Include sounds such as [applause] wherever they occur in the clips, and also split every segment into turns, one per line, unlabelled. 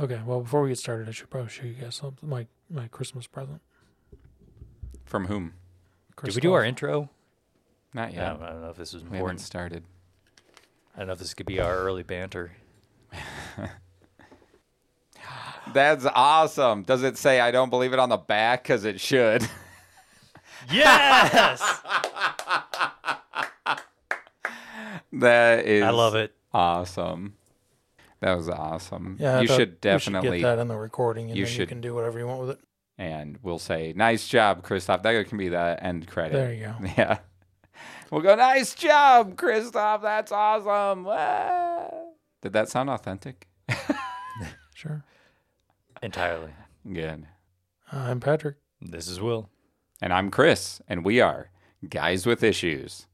Okay, well, before we get started, I should probably show you guys something, my my Christmas present.
From whom?
Chris
Did we do our
Love.
intro?
Not
I,
yet.
don't, I don't know if this is
we haven't
important.
started.
I don't know if this could be our early banter.
That's awesome. Does it say I don't believe it on the back? Because it should. [laughs]
Yes,
that is.
[laughs] I love it.
Awesome. That was awesome.
Yeah, I
you
thought
should
we should
definitely.
get that in the recording, and
you
then you
should-
can do whatever you want with it.
and we'll say, "Nice job, Christoph." That can be the end credit.
There you go.
[laughs] Yeah. We'll go, "Nice job, Christoph. That's awesome." Ah." Did that sound authentic?
Sure.
Entirely.
Good.
I'm Uh, Patrick.
This is Will.
And I'm Chris, and we are Guys with Issues.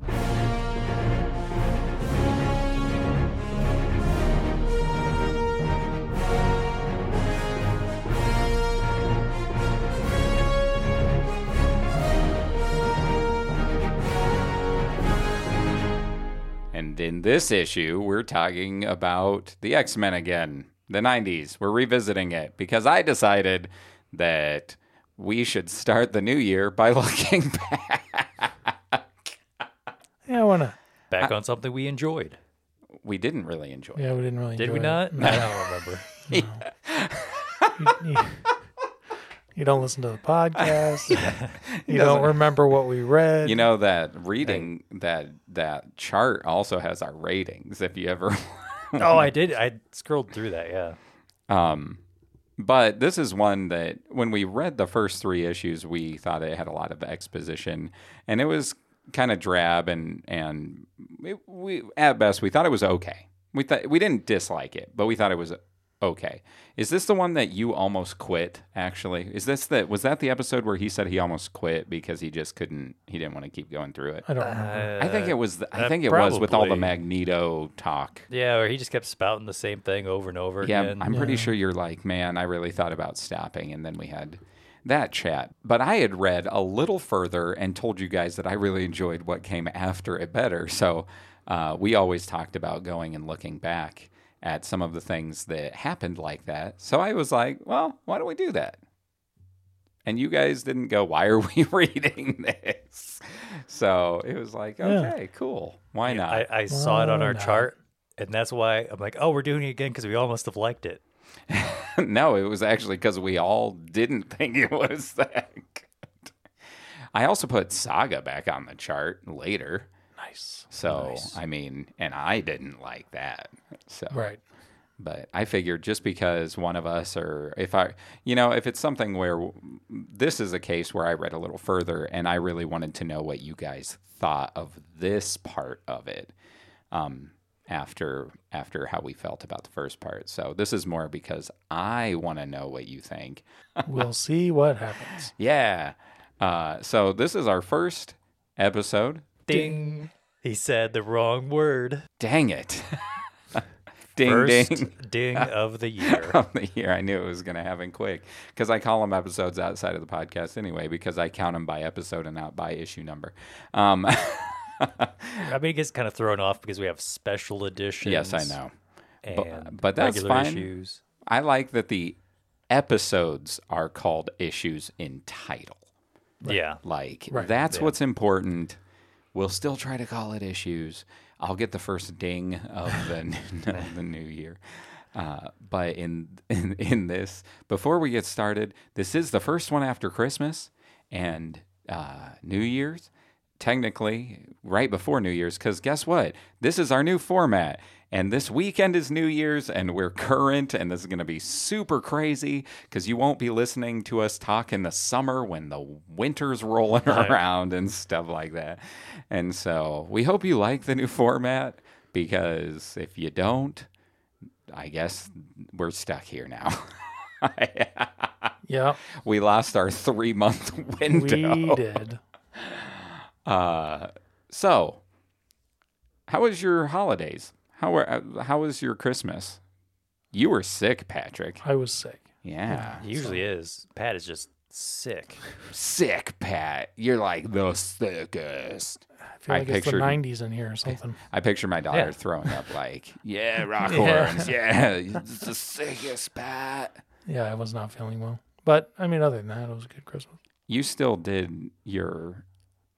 And in this issue, we're talking about the X Men again, the 90s. We're revisiting it because I decided that we should start the new year by [laughs] looking back.
Yeah, why not?
Back on something we enjoyed.
We didn't really enjoy it.
Yeah, we didn't really.
Did we
enjoy it.
not? [laughs] I don't remember.
you, you don't listen to the
[laughs]
podcast. you
doesn't-
don't remember what we read.
You know that reading that that chart also has our ratings if you ever [laughs]
oh, I did. I scrolled through that. Yeah.
um but this is one that when we read the first three issues we thought it had a lot of exposition and it was kind of drab and and it, we at best we thought it was okay. We thought we didn't dislike it, but we thought it was okay. Is this the one that you almost quit actually? Is this the was that the episode where he said he almost quit because he just couldn't he didn't want to keep going through it?
I don't remember.
I think it was. The, I
uh,
think it was with all the
probably.
Magneto talk.
Yeah, or he just kept spouting the same thing over and over
Yeah,
again.
I'm pretty sure you're like, man, I really thought about stopping, and then we had that chat. But I had read a little further and told you guys that I really enjoyed what came after it better. So uh, we always talked about going and looking back at some of the things that happened like that. So I was like, well, why don't we do that? And you guys didn't go, why are we [laughs] reading this? So it was like, okay, cool. Why not?
I, I saw it on
Why
our
not?
chart, and that's why I'm like, oh, we're doing it again because we all must have liked it.
[laughs] no, it was actually because we all didn't [laughs] think it was that good. I also put Saga back on the chart later.
Nice.
So, I mean, and I didn't like that. So,
Right.
but I figured just because one of us or if I, you know, if it's something where this is a case where I read a little further and I really wanted to know what you guys thought of this part of it um, after after how we felt about the first part. So this is more because I want to know what you think.
We'll see what happens.
Yeah. Uh, so this is our first episode.
Ding. He said the wrong word.
Dang it. [laughs] ding
First
ding.
ding of
[laughs]
the year.
of the year. I knew it was going to happen quick because I call them episodes outside of the podcast anyway because I count them by episode and not by issue number. Um, [laughs]
I mean, it gets kind of thrown off because we have special editions.
yes, I know.
And
but that's
regular
fine.
issues.
I like that the episodes are called issues in title.
Yeah.
Like
Right.
that's what's important. We'll still try to call it issues. I'll get the first ding of the [laughs] of the new year. Uh, but in, [laughs] in in this, before we get started, this is the first one after Christmas and uh, New Year's. Technically, right before New Year's, because guess what? This is our new format, and this weekend is New Year's, and we're current, and this is going to be super crazy because you won't be listening to us talk in the summer when the winter's rolling around and stuff like that. And so, we hope you like the new format because if you don't, I guess we're stuck here now. [laughs]
Yeah,
we lost our three month
we
window. [laughs]
did.
Uh, so, how was your holidays? How were uh, how was your Christmas? You were sick, Patrick.
I was sick.
Yeah,
He usually is. Pat is just Sick.
Sick, Pat. You're like the sickest.
I feel
I
like it's the
pictured-
90s in
[laughs]
here or something.
I picture my daughter
Yeah.
throwing up like, yeah, rock
Yeah.
horns. Yeah, it's the sickest, Pat.
Yeah, I was not feeling well. But I mean, other than that, it was a good Christmas.
You still did your.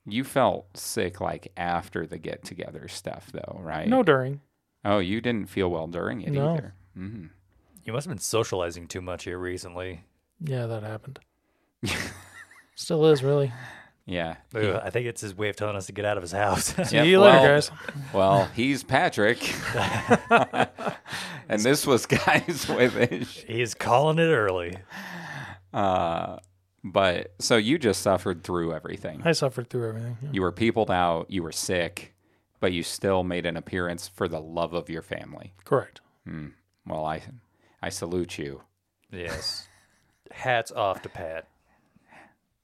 You felt sick like after the get together stuff, though, right?
No during.
Oh, you didn't feel well during it
No.
either. Mm.
You must have been socializing too much here recently.
Yeah, that happened. Still is, really.
Yeah.
Ugh, I think it's his way of telling us to get out of his house.
[laughs]
See
Yep,
you later,
well-
guys.
Well,
[laughs]
he's Patrick. and this was Guys [laughs] with Ish.
He's calling it early.
Uh, but so you just suffered through everything.
I suffered through everything. yeah.
You were peopled out, you were sick, but you still made an appearance for the love of your family.
Correct.
Hmm. Well, I, I salute you.
Yes. Hats off to Pat.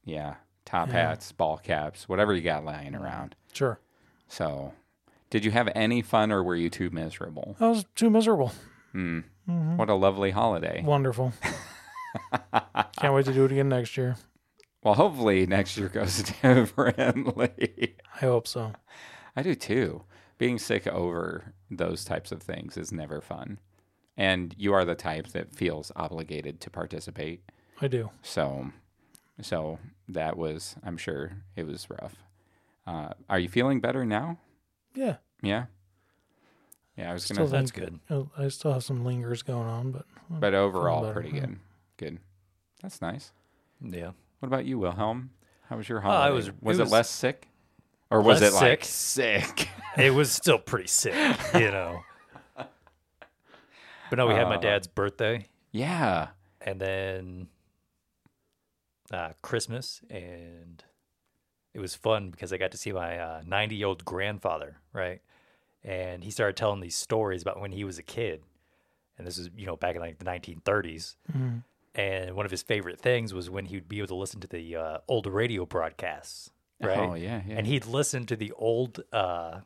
Yeah. Top
Yeah.
hats, ball caps, whatever you got lying around.
Sure.
So, did you have any fun or were you too miserable?
I was too miserable.
Hmm.
hmm
What a lovely holiday.
Wonderful. Can't wait to do it again next year.
Well, hopefully next year goes [laughs] differently.
I hope so.
I do too. Being sick over those types of things is never fun. And you are the type that feels obligated to participate.
I do.
So so that was I'm sure it was rough. Uh, are you feeling better now?
Yeah.
Yeah. Yeah, I was
Still
gonna
there.
That's
Thank
good.
I I still have some lingers going on, but
but overall
better,
pretty
yeah.
good. Good. That's nice.
Yeah.
What about you, Wilhelm? How was your
Oh, I
holiday?
was-
was,
it
it,
was-
less sick? Or was
Less
it like [laughs] sick?
It was still pretty sick, you know. But no, we had my
Uh,
dad's birthday
yeah.
and then uh, Christmas, and it was fun because I got to see my 90 year old grandfather, right? And he started telling these stories about when he was a kid. And this is, you know, back in like the 1930s.
Mhm.
And one of his favorite things was when he would be able to listen to the uh, old radio broadcasts, right?
Oh yeah, yeah.
and he'd listen to the old uh,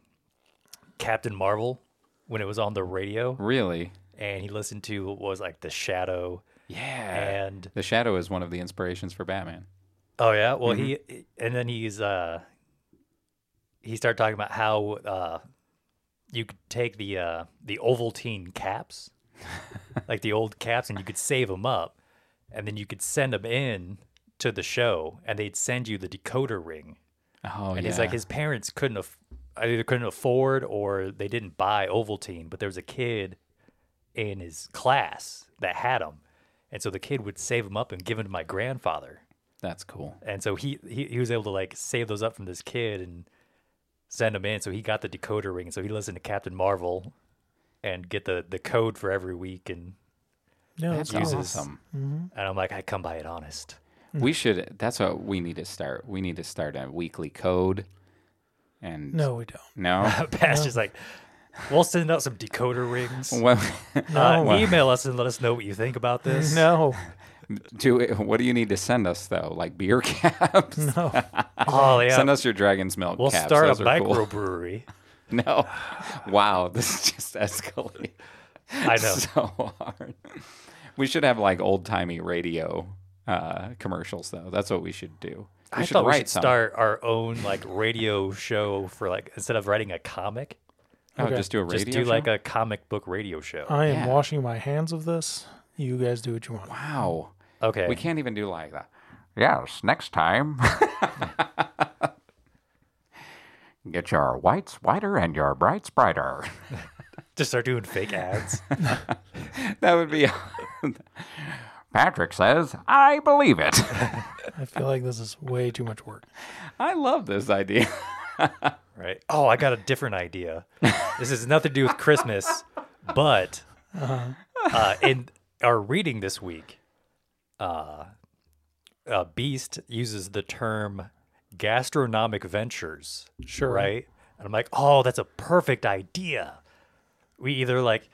Captain Marvel when it was on the radio,
really?
and he listened to what was like the Shadow
Yeah.
and
The Shadow is one of the inspirations for Batman.
oh yeah, well he and then he's uh he started talking about how uh you could take the uh the Ovaltine caps, like the old caps, and you could save them up, and then you could send them in to the show, and they'd send you the decoder ring.
Oh,
And he's like, his parents couldn't af- either couldn't afford or they didn't buy Ovaltine, but there was a kid in his class that had them, and so the kid would save them up and give them to my grandfather,
that's cool.
and so he he, he was able to like save those up from this kid and send them in. So he got the decoder ring, and so he listened to Captain Marvel and get the the code for every week, and
Yeah,
That's
that's cool.
Oh, Jesus. Mm-hmm.
awesome.
and I'm like, I come by it honest. [laughs]
We should. That's what we need to start. We need to start a weekly code. And
No, we don't.
[laughs]
no.
Pat's just like, we'll send out some
[laughs]
decoder rings.
well,
Uh,
No.
Email us and let us know what you think about
[laughs]
this.
No,
do it, what do you need to send us though? Like beer [laughs] caps.
no.
Oh yeah,
Send us your dragon's milk.
We'll
caps.
start
Those
a
are cool.
microbrewery.
[laughs] No. Wow, this just
[laughs]
escalated
I know.
so hard. We should have like old timey radio uh, commercials though. That's what we should do. We
I
should
thought we
write
should
some.
start our own like radio show for like instead of writing a comic,
Oh,
Okay.
just do a radio.
just do like
show? Uh,
a comic book radio show.
I am
Yeah.
washing my hands of this. You guys do what you want.
wow.
okay.
We can't even do like that. Yes, next [laughs] time. Get your whites whiter and your brights brighter.
Just start doing fake ads.
[laughs] That would be. [laughs] Patrick says, I believe it. [laughs]
I feel like this is way too much work.
I love this idea. [laughs]
right. Oh, I got a different idea. this has nothing to do with Christmas, but uh, in our reading this week, uh, uh, Beast uses the term gastronomic ventures.
Sure.
right? And I'm like, oh, that's a perfect idea. We either like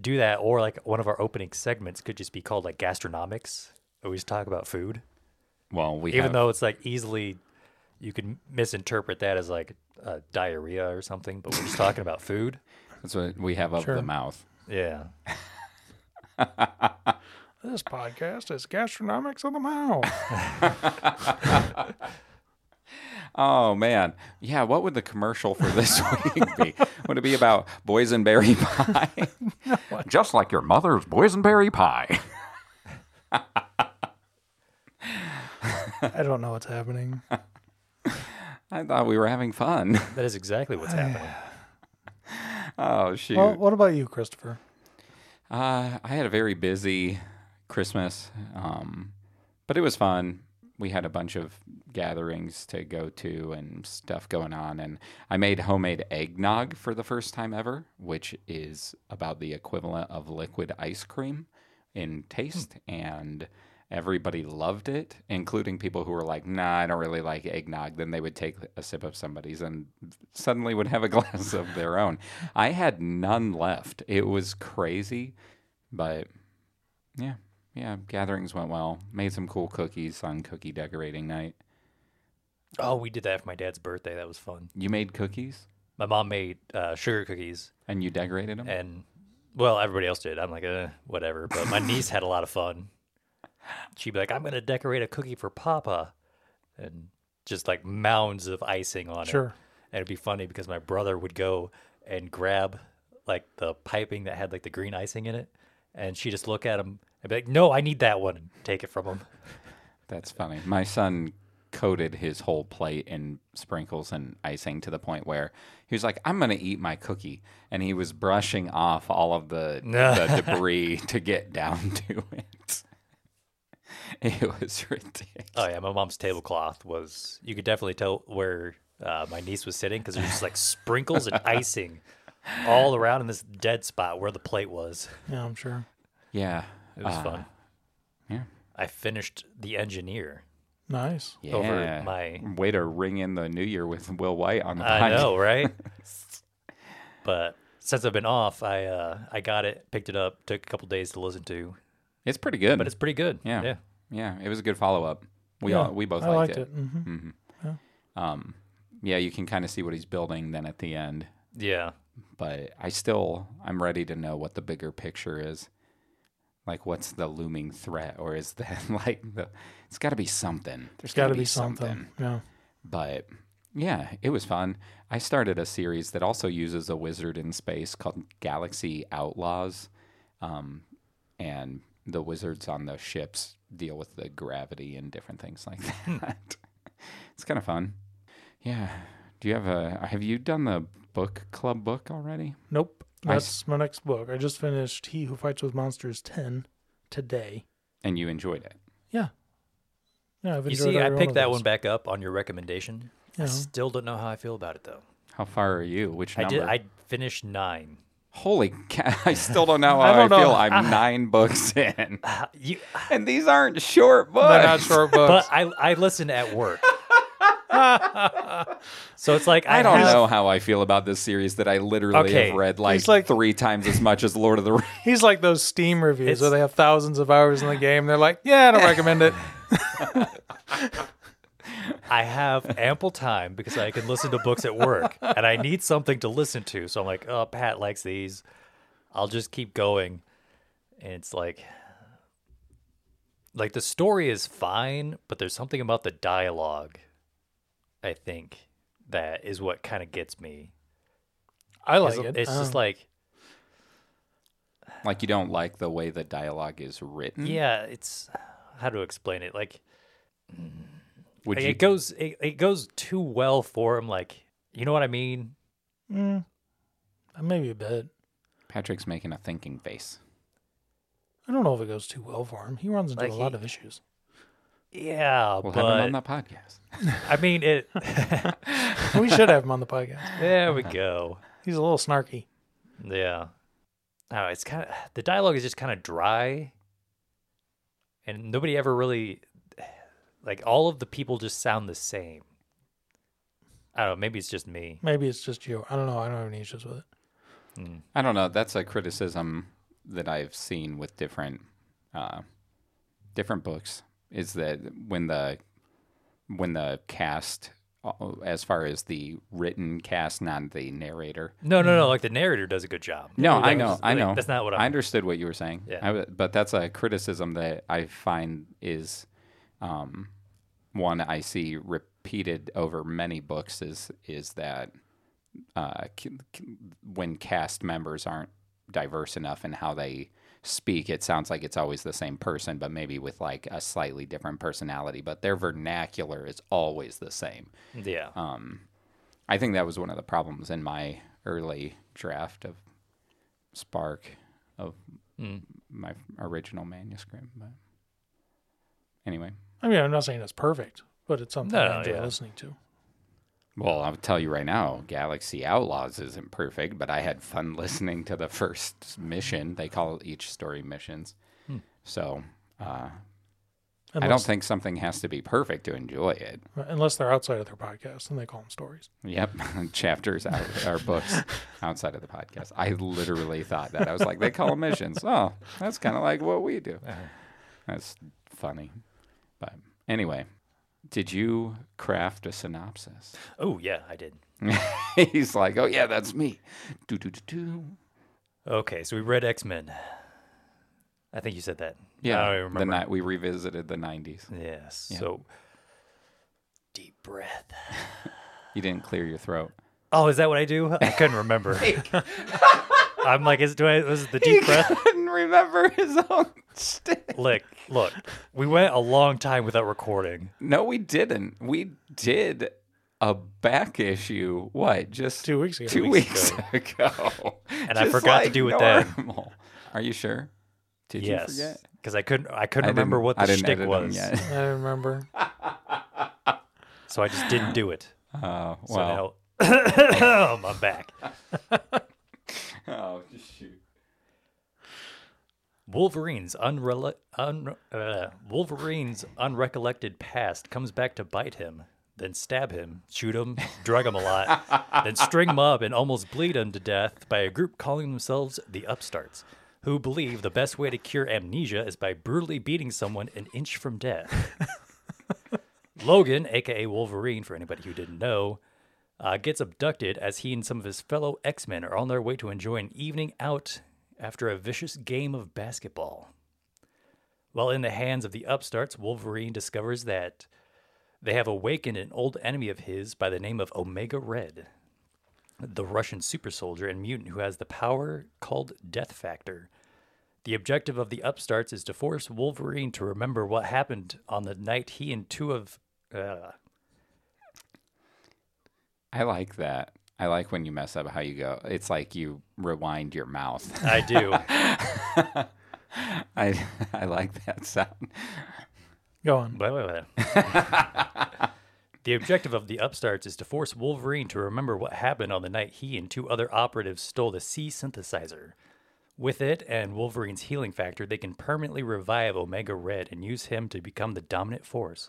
do that or like one of our opening segments could just be called like gastronomics. where We just talk about food,
Well, we
even
have,
though it's like easily you can misinterpret that as like uh, diarrhea or something, but we're just talking about food.
that's what we have of
Sure.
the mouth.
Yeah.
This podcast is gastronomics of the mouth.
Oh man, yeah. What would the commercial for this [laughs] week be? Would it be about boysenberry [laughs] pie? Just like your mother's boysenberry pie.
I don't know what's happening.
I thought we were having fun. [laughs]
That is exactly what's happening.
Oh shoot.
Well, what about you, Christopher?
Uh, I had a very busy Christmas, um, but it was fun. We had a bunch of gatherings to go to and stuff going on, and I made homemade eggnog for the first time ever, which is about the equivalent of liquid ice cream in taste, and everybody loved it, including people who were like, "Nah, I don't really like eggnog." Then they would take a sip of somebody's and suddenly would have a [laughs] glass of their own. I had none left. It was crazy, but yeah, yeah, gatherings went well. Made some cool cookies on cookie decorating night.
Oh, we did that for my dad's birthday. That was fun.
You made cookies
My mom made uh, sugar cookies,
and you decorated them.
and well, everybody else did. I'm like, eh, whatever. But my niece had a lot of fun. She'd be like, I'm gonna decorate a cookie for Papa, and just like mounds of icing on it.
Sure.
And it'd be funny because my brother would go and grab like the piping that had like the green icing in it, and she just look at him and be like, No, I need that one. And take it from him.
That's funny. My son coated his whole plate in sprinkles and icing to the point where he was like, "I'm gonna eat my cookie," and he was brushing off all of
[laughs]
the, the debris to get down [laughs] to it. It was ridiculous.
Oh yeah, my mom's tablecloth was. You could definitely tell where uh, my niece was sitting because there's just like sprinkles and icing all around in this dead spot where the plate was.
Yeah, I'm sure.
Yeah,
It was
uh,
fun.
yeah.
I finished the engineer.
Nice.
Yeah.
Over my-
way to ring in the new year with Will White on the
I
podcast. [laughs]
know, right? but since I've been off, I uh, I got it, picked it up, took a couple days to listen to,
It's pretty good.
but it's pretty good.
yeah,
yeah.
yeah, It was a good follow up. We
Yeah,
all we both
I
liked, it.
hmm
Mm-hmm.
Um, yeah, you can kind of see what he's building then at the end.
Yeah.
but I still I'm ready to know what the bigger picture is. Like what's the looming threat or is that [laughs] like the it's got to be something. There's
It's got to be something. Yeah.
But yeah, it was fun. I started a series that also uses a wizard in space called Galaxy Outlaws. Um, and the wizards on the ships deal with the gravity and different things like
Hmm.
that. [laughs] it's kind of fun. Yeah. Do you have a have you done the book club book already?
Nope.
Nice.
That's my next book. I just finished He Who Fights with Monsters 10 today.
and you enjoyed it.
Yeah. Yeah, I've
You
enjoyed
see, I
every
picked
of
that
those.
one back up on your recommendation.
Yeah.
I still don't know how I feel about it though.
How far are you? Which
I
number?
did. I finished nine.
Holy cow! [laughs] I still
[laughs]
don't know how
I
I,
don't know.
feel. I'm nine books
[sighs]
in,
Uh, You,
and these aren't short books.
They're not
[laughs]
short books.
but I I listen at work. [laughs] so it's like I,
I don't
have-
know how I feel about this series that I literally
Okay.
have read like,
It's like-
three times as much as Lord of the Rings. [laughs]
He's like those Steam reviews
It's-
where they have thousands of hours
[sighs]
in the game. They're like, yeah, I don't recommend it.
[laughs] I have ample time because I can listen to books at work, and I need something to listen to. So I'm like, oh, Pat likes these. I'll just keep going, and it's like, like the story is fine, but there's something about the dialogue. I think that is what kind of gets me.
I like
It's,
it.
it's just
Uh,
like,
Like you don't like the way the dialogue is written.
yeah, it's how to explain it. Like
Would
Like,
you?
it goes it, it goes too well for him like you know what i mean
mm, maybe a bit.
Patrick's making a thinking face.
I don't know if it goes too well for him. He runs into
Like
a lot
he-
of issues.
yeah
We'll have him
but
on the podcast.
i
[laughs]
mean it [laughs]
we should have him on the podcast.
there we go
He's a little snarky.
yeah oh it's kind of the dialogue is just kind of dry and nobody ever really like all of the people just sound the same i don't know maybe it's just me
Maybe it's just you. I don't know. I don't have any issues with it.
I don't know. That's a criticism that I've seen with different uh, different books is that when the when the cast uh, as far as the written cast, not the narrator.
No, no, no. Like the narrator does a good job.
Hmm. No,
Like,
I
that
know,
was-
I
like,
know.
That's not what I'm.
I understood what you were saying.
Yeah.
I w- but that's a criticism that I find is um, one I see repeated over many books is is that uh, c- c- when cast members aren't diverse enough in how they speak, it sounds like it's always the same person, but maybe with like a slightly different personality. But their vernacular is always the same.
yeah.
Oh. I think that was one of the problems in my early draft of Spark of my original manuscript. But anyway,
I mean, I'm not saying it's perfect, but it's something
No,
I enjoy
yeah.
listening to.
well, I'll tell you right now, Galaxy Outlaws isn't perfect, but I had fun [laughs] listening to the first mission. They call each story missions. So uh, I don't
Unless,
think something has to be perfect to enjoy it.
unless they're outside of their podcast and they call them stories.
Yep, [laughs] chapters out or [laughs] books outside of the podcast. I literally thought that. I was like, they call them [laughs] missions. Oh, that's kind of like what we do. That's funny. But anyway, did you craft a synopsis? [laughs]
oh yeah, I did.
He's like, oh yeah, that's me. Do do do do.
Okay, so we read X Men. I think you said that.
Yeah,
I don't even
the
remember.
ni- we revisited the '90s.
yes.
Yeah.
So deep breath.
You didn't clear your [laughs] throat.
Oh, is that what I do? I couldn't
[laughs]
remember. [laughs] I'm like, is do I? Was it the deep breath?
[laughs] couldn't remember his own [laughs] stick.
Look, look. We went a long time without recording.
No, we didn't. We did a back issue. What? Just
Two weeks ago.
two weeks ago.
[laughs]
And
I forgot to do it then.
Are you sure? Did you
yes,
forget?
because I couldn't. I couldn't
I
remember
didn't-
what
I
the
didn't
shtick
edit 'em
was,
Yet. [laughs]
I remember.
so I just didn't do it.
Oh,
[laughs] So
well.
now, [coughs] I'm back.
oh, shoot.
Wolverine's unrele- un- uh, Wolverine's unrecollected past comes back to bite him, then stab him, shoot him, drug him a lot, then string him up and almost bleed him to death by a group calling themselves the Upstarts, who believe the best way to cure amnesia is by brutally beating someone an inch from death. Logan, aka Wolverine, for anybody who didn't know, uh, gets abducted as he and some of his fellow X Men are on their way to enjoy an evening out after a vicious game of basketball. While in the hands of the upstarts, Wolverine discovers that they have awakened an old enemy of his by the name of Omega Red, the Russian super soldier and mutant who has the power called Death Factor. The objective of the upstarts is to force Wolverine to remember what happened on the night he and two of. Uh,
I like that. I like when you mess up how you go. It's like you rewind your mouth. [laughs]
I do.
I I like that sound.
Go on.
Blah, blah, blah. the objective of the upstarts is to force Wolverine to remember what happened on the night he and two other operatives stole the C synthesizer. With it and Wolverine's healing factor, they can permanently revive Omega Red and use him to become the dominant force.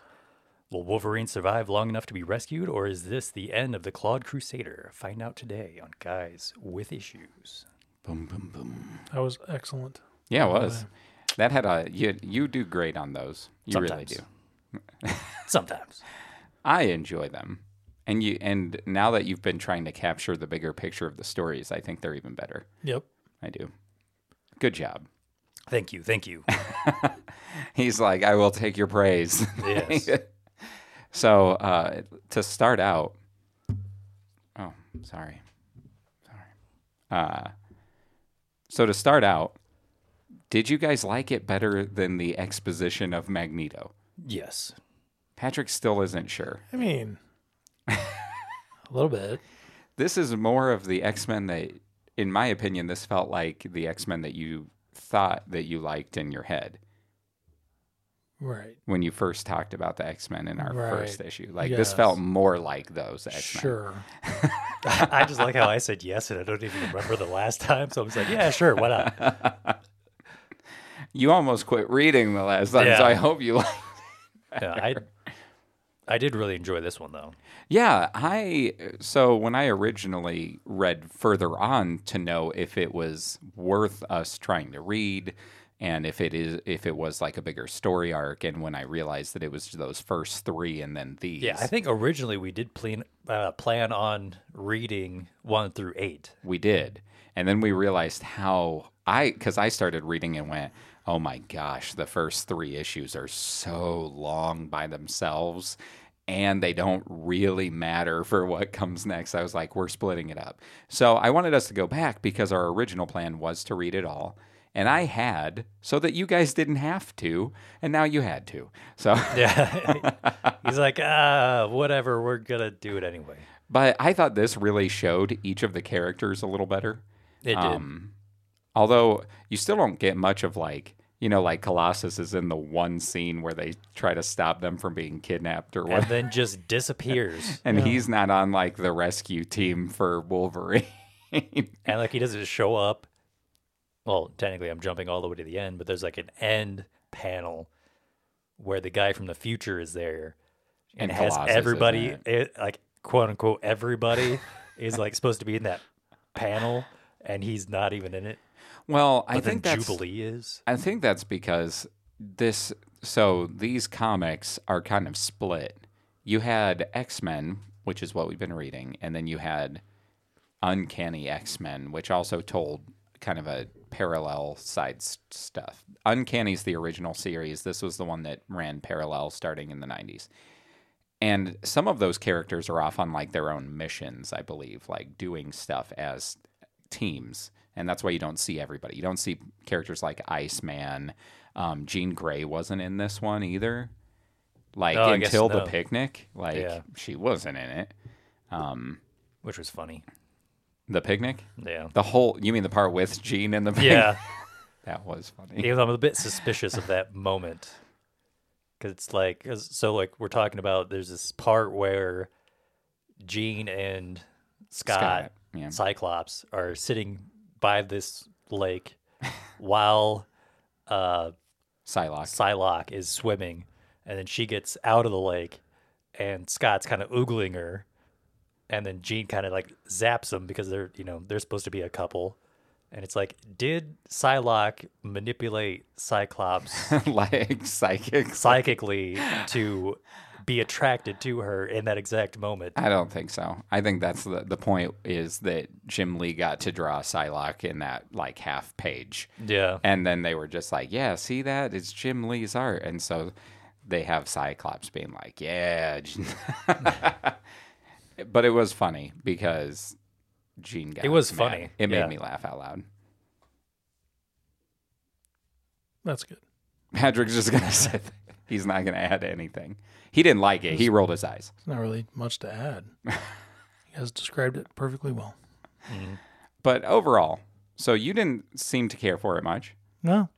Will Wolverine survive long enough to be rescued, or is this the end of the Clawed Crusader? Find out today on Guys with Issues.
Boom boom boom.
That was excellent.
Yeah, it was. That had a you you do great on those. You really
Sometimes.
do.
Sometimes.
I enjoy them. And you and now that you've been trying to capture the bigger picture of the stories, I think they're even better.
Yep.
I do. Good job.
Thank you. Thank you.
He's like, I will take your praise.
Yes.
[laughs] so uh, to start out, oh, sorry, sorry. Uh, so to start out, did you guys like it better than the exposition of Magneto?
yes.
Patrick still isn't sure.
I mean, a little bit.
This is more of the X Men that, in my opinion, this felt like the X Men that you thought that you liked in your head.
Right.
when you first talked about the X Men in our
Right.
first issue. Like this
Yes.
felt more like those X Men.
Sure.
[laughs] I just like how I said yes, and I don't even remember the last time. So I was like, yeah, sure, why [laughs] not?
You almost quit reading the last time, so
Yeah.
I hope you. Like- [laughs]
Yeah, I, I did really enjoy this one, though.
yeah, I. So when I originally read further on to know if it was worth us trying to read, and if it is if it was like a bigger story arc and when i realized that it was those first three and then these
Yeah, I think originally we did plan uh, plan on reading one through eight. [laughs]
we did and then we realized how i because i started reading and went oh my gosh the first three issues are so long by themselves and they don't really matter [laughs] for what comes next i was like we're splitting it up so i wanted us to go back because our original plan was to read it all and i had so that you guys didn't have to and now you had to so [laughs]
Yeah, [laughs] he's like, ah, whatever. We're gonna do it anyway.
But I thought this really showed each of the characters a little better.
It did.
Although you still don't get much of like, you know, like Colossus is in the one scene where they try to stop them from being kidnapped or
and [laughs]
what,
then just [laughs] disappears.
and he's not on like the rescue team for Wolverine.
and like he doesn't show up. Well, technically, I'm jumping all the way to the end, but there's like an end panel where the guy from the future is there
And
and, has
Colossus is
everybody,
in
it, like quote unquote, everybody is like supposed to be in that panel, and he's not even in it.
well, I
But then
think that's
Jubilee is.
I think that's because this. So these comics are kind of split. You had X Men, which is what we've been reading, and then you had Uncanny X Men, which also told kind of a parallel side s- stuff. Uncanny's the original series. This was the one that ran parallel starting in the 90s. And some of those characters are off on like their own missions, I believe, like doing stuff as teams. And that's why you don't see everybody. You don't see characters like Iceman. Um, Jean Grey wasn't in this one either. Like
No, Oh, I guess
until the
no.
picnic, like
Yeah.
she wasn't in it.
which was funny.
The picnic? [laughs]
Yeah.
The whole you mean the part with Gene and the pig?
Yeah.
that was funny.
Even though I'm a bit suspicious of that moment. Because it's like, 'cause- so like we're talking about there's this part where Gene and Scott,
Scott, yeah.
Cyclops, are sitting by this lake [laughs] while uh,
Psylocke. [laughs]
Psylocke is swimming. And then she gets out of the lake and Scott's kind of oogling her. And then Gene kind of like zaps them because they're, you know, they're supposed to be a couple. And it's like, did Psylocke manipulate
[laughs]
Cyclops
like psychics.
psychically to be attracted to her in that exact moment?
I don't think so. I think that's the the point is that Jim Lee got to draw Psylocke in that like half page.
Yeah.
And then they were just like, Yeah, see that? It's Jim Lee's art. And so they have Cyclops being like, Yeah Gene." [laughs] But it was funny because Gene got
It was
mad.
funny,
It
yeah.
made me laugh out loud.
That's good.
Patrick's just gonna [laughs] sit. there. He's not gonna add anything. He didn't like it. He rolled his eyes.
It's not really much to add. you guys described it perfectly well.
But overall, so you didn't seem to care for it much.
No,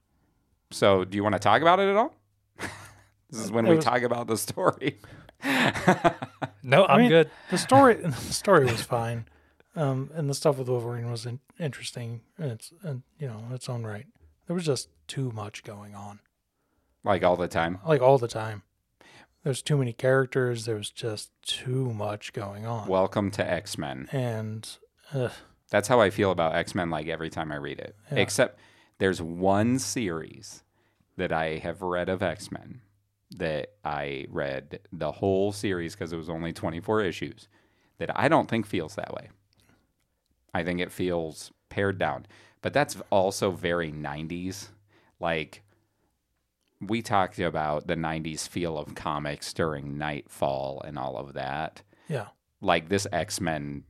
So do you want to talk about it at all? [laughs] this is when
It
we
was-
talk about the story. [laughs]
No, I'm
I mean,
good.
The story, [laughs] the story was fine, um, and the stuff with Wolverine was in, interesting. And it's, and you know, in its own right. There was just too much going on,
Like all the time.
like all the time. There's too many characters. There was just too much going on,
Welcome to X Men.
and uh,
That's how I feel about X Men. Like every time I read it, except there's one series that I have read of X Men that I read the whole series because it was only 24 issues that I don't think feels that way. I think it feels pared down, but that's also very 90s. Like we talked about the 90s feel of comics during Nightfall and all of that.
yeah,
Like this X Men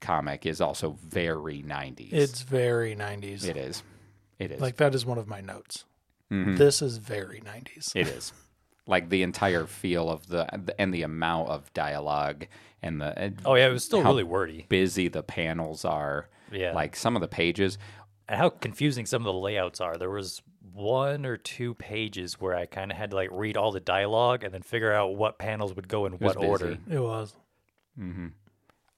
comic is also very 90s.
it's very '90s.
It is. It is.
Like that is one of my notes. This is very '90s.
it is. Like the entire feel of the and the amount of dialogue and the and
Oh, yeah. It was still really wordy.
busy the panels are.
Yeah.
Like some of the pages.
and how confusing some of the layouts are. There was one or two pages where I kind of had to like read all the dialogue and then figure out what panels would go in
was
what order.
busy.
It was.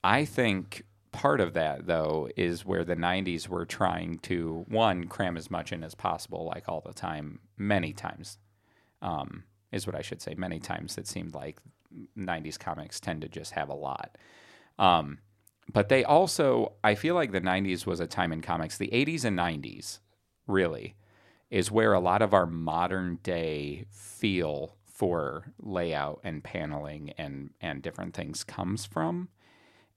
I think part of that though is where the 90s were trying to one cram as much in as possible like all the time many times um, is what I should say many times it seemed like 90s comics tend to just have a lot um, but they also I feel like the 90s was a time in comics the 80s and 90s really is where a lot of our modern day feel for layout and paneling and and different things comes from.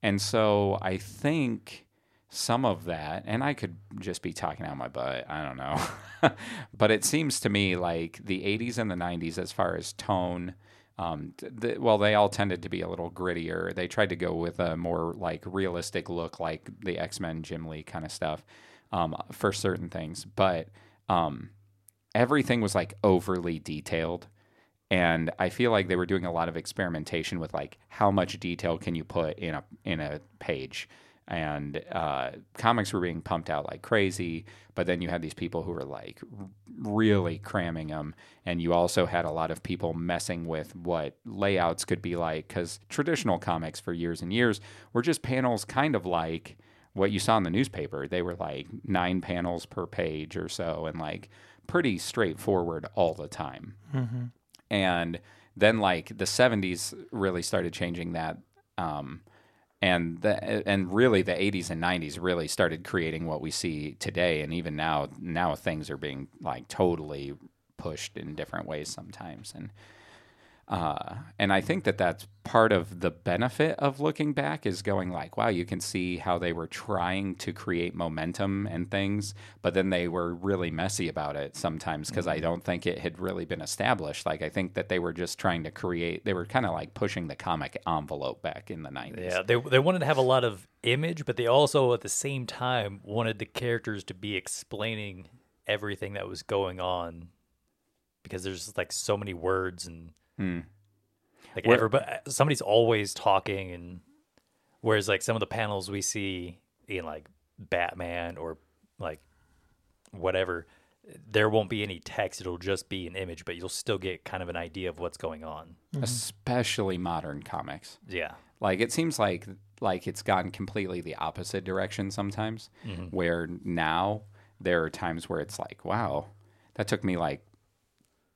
And so I think some of that, and I could just be talking out my butt, I don't know. [laughs] but it seems to me like the 80s and the 90s, as far as tone, um, t- th- well, they all tended to be a little grittier. They tried to go with a more like realistic look, like the X Men Jim Lee kind of stuff um, for certain things. But um, everything was like overly detailed. And I feel like they were doing a lot of experimentation with like how much detail can you put in a in a page and uh, comics were being pumped out like crazy. But then you had these people who were like r- really cramming them, and you also had a lot of people messing with what layouts could be like because traditional comics for years and years were just panels, kind of like what you saw in the newspaper. They were like nine panels per page or so, and like pretty straightforward all the time and then like the 70s really started changing that um and the, and really the 80s and 90s really started creating what we see today and even now now things are being like totally pushed in different ways sometimes and uh, and I think that that's part of the benefit of looking back is going like, wow, you can see how they were trying to create momentum and things, but then they were really messy about it sometimes because I don't think it had really been established. Like, I think that they were just trying to create, they were kind of like pushing the comic envelope back in the 90s.
Yeah, they they wanted to have a lot of image, but they also at the same time wanted the characters to be explaining everything that was going on because there's like so many words and like
Where-
everybody somebody's always talking and whereas like some of the panels we see in like Batman or like whatever there won't be any text it'll just be an image but you'll still get kind of an idea of what's going on
Especially modern comics.
yeah
Like it seems like like it's gone completely the opposite direction sometimes.
Mm-hmm.
Where now there are times where it's like, wow, that took me like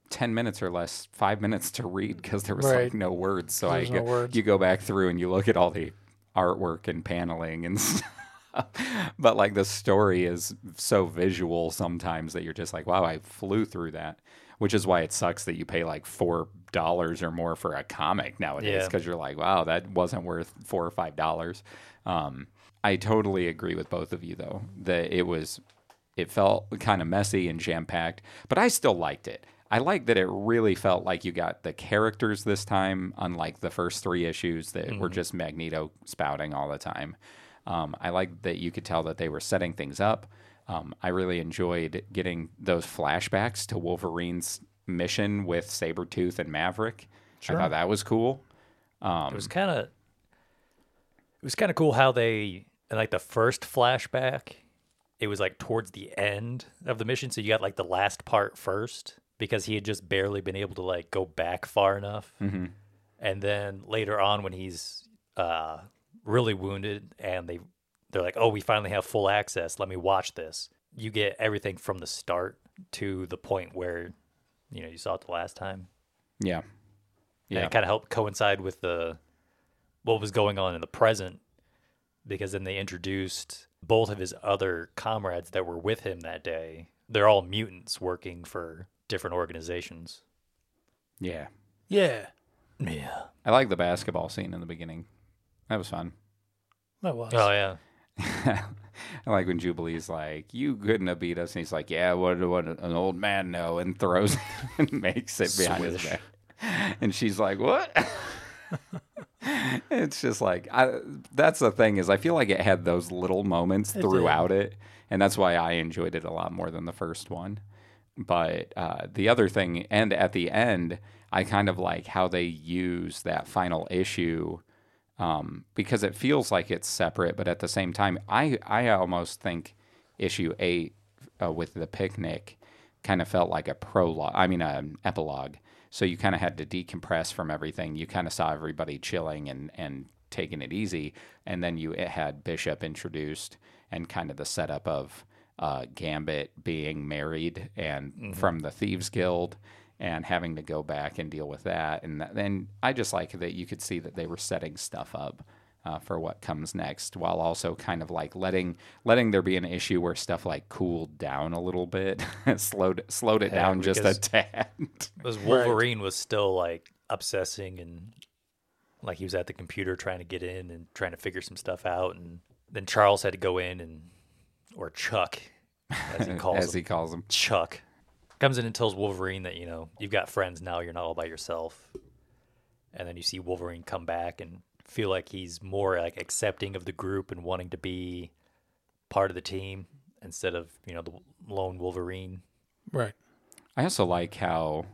ten minutes or less, five minutes to read because there was like
Right.
no words. So
There's
I
no
go-
words.
you go back through and you look at all the artwork and paneling and [laughs] stuff. but like the story is so visual sometimes that you're just like, wow, I flew through that. Which is why it sucks that you pay like four dollars or more for a comic nowadays
Yeah.
because you're like, wow, that wasn't worth four or five dollars. Um, I totally agree with both of you though that it was, it felt kind of messy and jam packed, but I still liked it. I like that it really felt like you got the characters this time, unlike the first three issues that were just Magneto spouting all the time. Um, I like that you could tell that they were setting things up. Um, I really enjoyed getting those flashbacks to Wolverine's mission with Sabretooth and Maverick. I thought that was cool.
it was kind of it was kind of cool how they in like the first flashback it was like towards the end of the mission so you got like the last part first because he had just barely been able to like go back far enough and then later on when he's uh really wounded and they they're like oh we finally have full access let me watch this you get everything from the start to the point where you know you saw it the last time
Yeah.
and
Yeah.
it kind of helped coincide with the what was going on in the present because then they introduced both of his other comrades that were with him that day they're all mutants working for different organizations
Yeah.
Yeah,
yeah
I like the basketball scene in the beginning. That was fun.
that was.
oh yeah
I [laughs] like when Jubilee's like, "You couldn't have beat us," and he's like, "Yeah, what what an old man know," and throws [laughs] it and makes it behind his
Swish.
back. And she's like, "What?" [laughs] it's just like I, that's the thing is I feel like it had those little moments
did.
throughout it, and that's why I enjoyed it a lot more than the first one. But uh, the other thing, and at the end, I kind of like how they use that final issue um, because it feels like it's separate, but at the same time, I I almost think issue eight uh, with the picnic kind of felt like a prologue. I mean, an epilogue. So you kind of had to decompress from everything. You kind of saw everybody chilling and and taking it easy, and then you it had Bishop introduced and kind of the setup of uh, Gambit being married and
Mm-hmm.
from the Thieves Guild and having to go back and deal with that. And then I just like that you could see that they were setting stuff up. uh, for what comes next, while also kind of like letting letting there be an issue where stuff like cooled down a little bit, [laughs] slowed slowed it
Yeah,
down just a
because-
tad. [laughs]
Because Wolverine was still like obsessing and like he was at the computer trying to get in and trying to figure some stuff out, and then Charles had to go in and or Chuck, as
[laughs]
he calls
as
him,
he calls them.
Chuck, comes in and tells Wolverine that you know you've got friends now, you're not all by yourself, and then you see Wolverine come back and feel like he's more like accepting of the group and wanting to be part of the team instead of you know the lone Wolverine.
Right.
I also like how,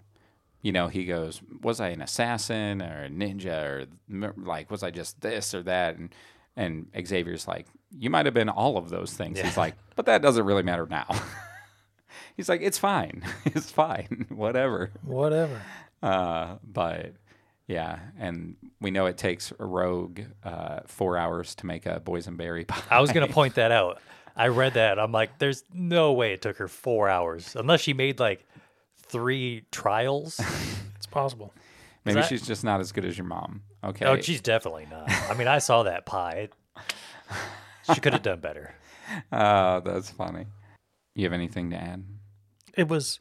you know, he goes, "Was I an assassin or a ninja or m- like was I just this or that?" And and Xavier's like, "You might have been all of those things." He's like, "But that doesn't really matter now." [laughs] He's like, "It's fine. [laughs] It's fine. [laughs] Whatever."
Whatever.
Uh, but yeah, and we know it takes a rogue uh, four hours to make a boysenberry [laughs] pie.
I was gonna point that out. I read that. I'm like, there's no way it took her four hours, unless she made like three trials.
It's possible.
Maybe
that-
she's just not as good as your mom. Okay.
Oh, she's definitely not. I mean, I saw that pie. It, she could have done better.
Uh, that's funny. You have anything to add?
It was.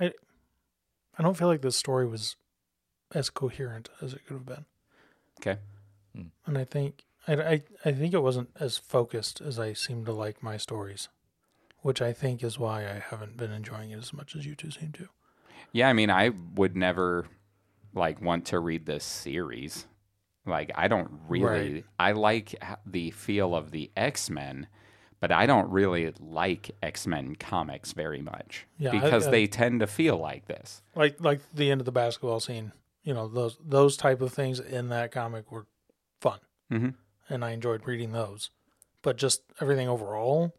I. I don't feel like the story was as coherent as it could have been,
Okay.
and I think I, I, I think it wasn't as focused as I seem to like my stories, which I think is why I haven't been enjoying it as much as you two seem to.
Yeah, I mean, I would never like want to read this series. Like, I don't really. I like h- the feel of the X Men, but I don't really like X Men comics very much
Yeah, I-
because
I-
they tend to feel like this.
Like like the end of the basketball scene, you know those those type of things in that comic were fun,
Mhm.
and I enjoyed reading those, but just everything overall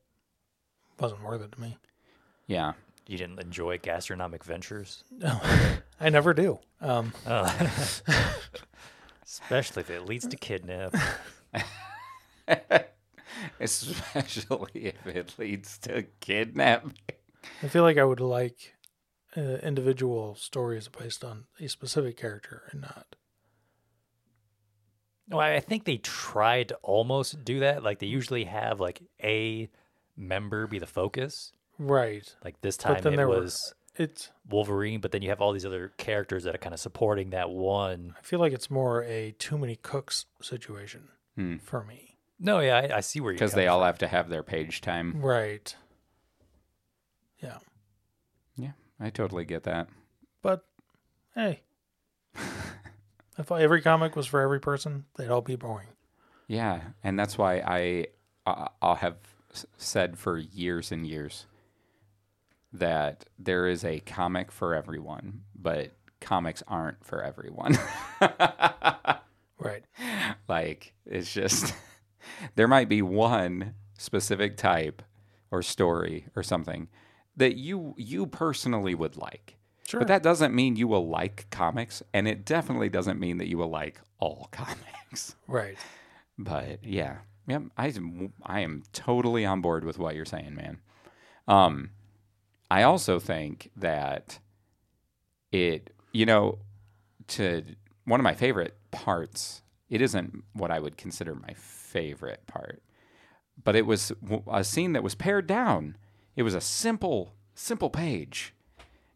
wasn't worth it to me. [laughs]
Yeah, [laughs]
You didn't enjoy gastronomic ventures,
I never do. Um,
especially if it leads to kidnap. [laughs]
especially if it leads to kidnapping.
I feel like I would like uh, individual stories based on a specific character and not.
Well, I think they tried to almost do that. Like they usually have like a member be the focus.
Right.
Like this
But
time
then
it
there were-
was
It's.
Wolverine, but then you have all these other characters that are kind of supporting that one.
I feel like it's more a too many cooks situation
Hmm.
for me.
No, yeah, I, I see where you're
Because they
coming
all have to have their page time.
Right. Yeah.
Yeah, I totally get that.
But
[laughs]
hey, if every comic was for every person, they'd all be boring.
Yeah, and that's why I I- I'll have s- said for years and years that there is a comic for everyone, but comics aren't for everyone. [laughs]
Right.
like it's just [laughs] there might be one specific type or story or something that you you personally would like.
Sure.
But that doesn't mean you will like comics, and it definitely doesn't mean that you will like all [laughs] comics.
Right.
But yeah, yep. I I am totally on board with what you're saying, man. Um, I also think that it, you know, to one of my favorite parts. It isn't what I would consider my favorite part, but it was w- a scene that was pared down. It was a simple, simple page.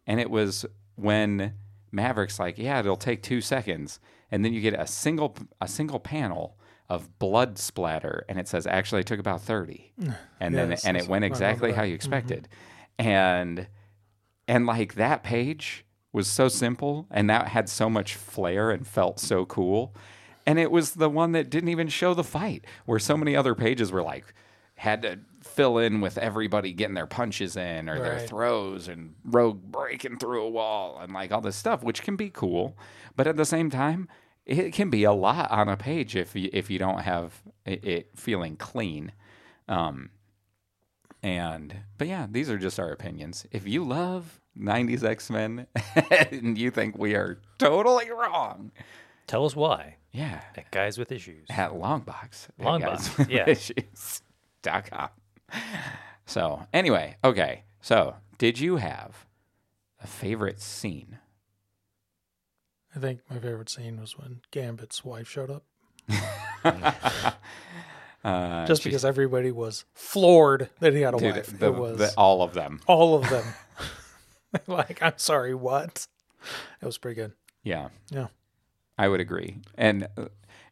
And it was when Maverick's like, "Yeah, it'll take two seconds," and then you get a single a single panel of blood splatter, and it says, "Actually, it took
[sighs]
about 30. and then
Yes,
and
yes,
it went
I remember
exactly
that.
how you expected,
Mm-hmm.
and and like that page was so simple, and that had so much flair and felt so cool. And it was the one that didn't even show the fight, where so many other pages were like, had to fill in with everybody getting their punches in or their
Right.
throws and rogue breaking through a wall and like all this stuff, which can be cool, but at the same time, it can be a lot on a page if you, if you don't have it, it feeling clean. Um, and but yeah, these are just our opinions. If you love '90s X-Men [laughs] and you think we are totally wrong,
from. Tell us why.
yeah,
At guys with issues.
at Longbox. at [laughs]
Longbox,
guys-
yeah.
issues dot com. So anyway, okay. So did you have a favorite scene?
I think my favorite scene was when Gambit's wife showed up.
[laughs] Uh,
Just
she-
because everybody was floored that he had a
dude,
wife.
the-
it was
the- all of them.
all of them. [laughs] like, I'm sorry, what? It was pretty good.
Yeah.
Yeah.
I would agree. And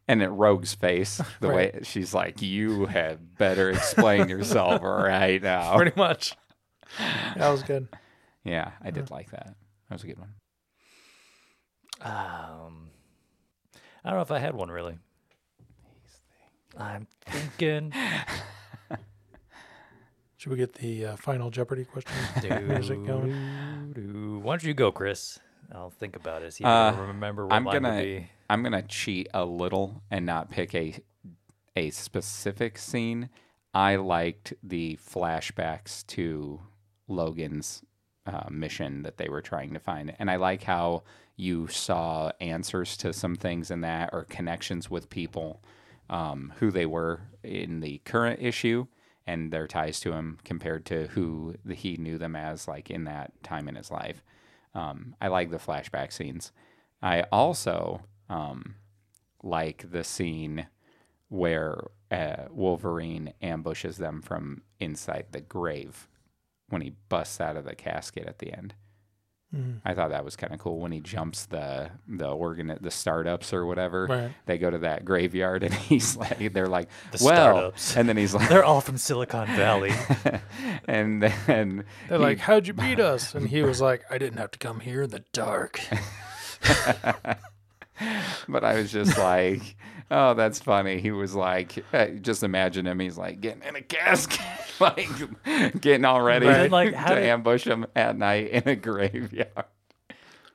and at Rogue's face, the
Right.
way she's like, "You had better explain yourself right now."
Pretty much. That was good.
Yeah, I did like that. That was a good one.
Um, I don't know if I had one really. I'm thinking,
[laughs] Should we get the uh, final Jeopardy question? Music going.
dude. Why don't you go, Chris? I'll think about it. See if
Uh,
I remember what
I'm
mine would
gonna
be.
I'm gonna cheat a little and not pick a a specific scene. I liked the flashbacks to Logan's uh, mission that they were trying to find, and I like how you saw answers to some things in that or connections with people um, who they were in the current issue and their ties to him compared to who he knew them as, like in that time in his life. Um, I like the flashback scenes. I also um, like the scene where uh, Wolverine ambushes them from inside the grave when he busts out of the casket at the end.
Mhm.
I thought that was kind of cool when he jumps the the organ the startups or whatever.
Right.
They go to that graveyard and [laughs] he's like, they're like,
The
well,
startups.
and then he's like, [laughs]
They're all from Silicon Valley.
and then
They're like, How'd you beat us? And he was like, I didn't have to come here in the [laughs] dark.
but I was just like, [laughs] oh, that's funny. He was like, eh, just imagine him. He's like getting in a casket, [laughs] like getting all ready
Right. And,
like, how
to
did-
ambush him at night in a graveyard.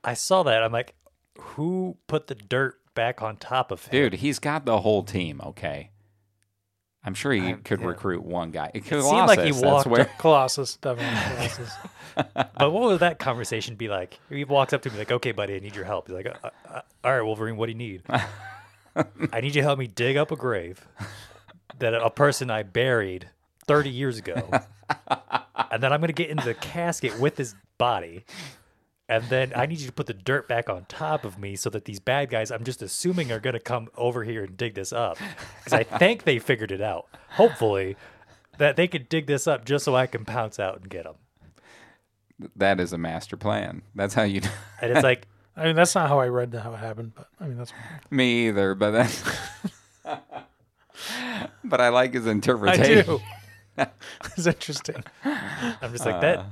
I saw that. I'm like, who put the dirt back on top of him?
Dude, he's got the whole team, okay? I'm sure he
I-
could
yeah.
recruit one guy. It,
seemed like he walked
that's where
Colossus, definitely Colossus.
[laughs] But what would that conversation be like? He walks up to me like, "Okay, buddy, I need your help." He's like, uh, uh, "All right, Wolverine, what do you need?" I need you to help me dig up a grave that a person I buried 30 years ago, and then I'm gonna get into the casket with his body, and then I need you to put the dirt back on top of me so that these bad guys, I'm just assuming, are gonna come over here and dig this up because I think they figured it out. Hopefully, that they could dig this up just so I can pounce out and get them.
[laughs] that is a master plan. That's how you [laughs] do
And it's like.
I mean, that's not how I read that, how it happened, but I mean, that's [laughs]
me either, but
[laughs]
then [laughs] But I like his
I
interpretation.
do. it's [laughs] interesting.
[laughs] I'm just like that.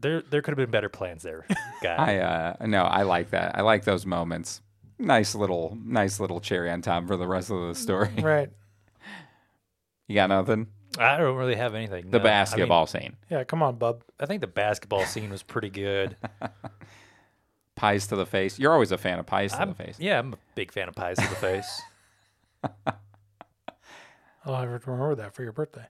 There, there could have been better plans there, guy.
I uh no, I like that. I like those moments. Nice little nice little cherry on top for the rest
Mm-hmm.
of the story.
Right.
[laughs] You got nothing?
I don't really have anything.
The
no. I mean,
basketball scene.
Yeah, come on, bub.
I think the basketball scene was
[laughs]
pretty good.
Pies to the face. You're always a fan of pies to
I'm,
the face.
yeah, I'm a big fan of pies to the face. [laughs]
I'll have to remember that for your birthday.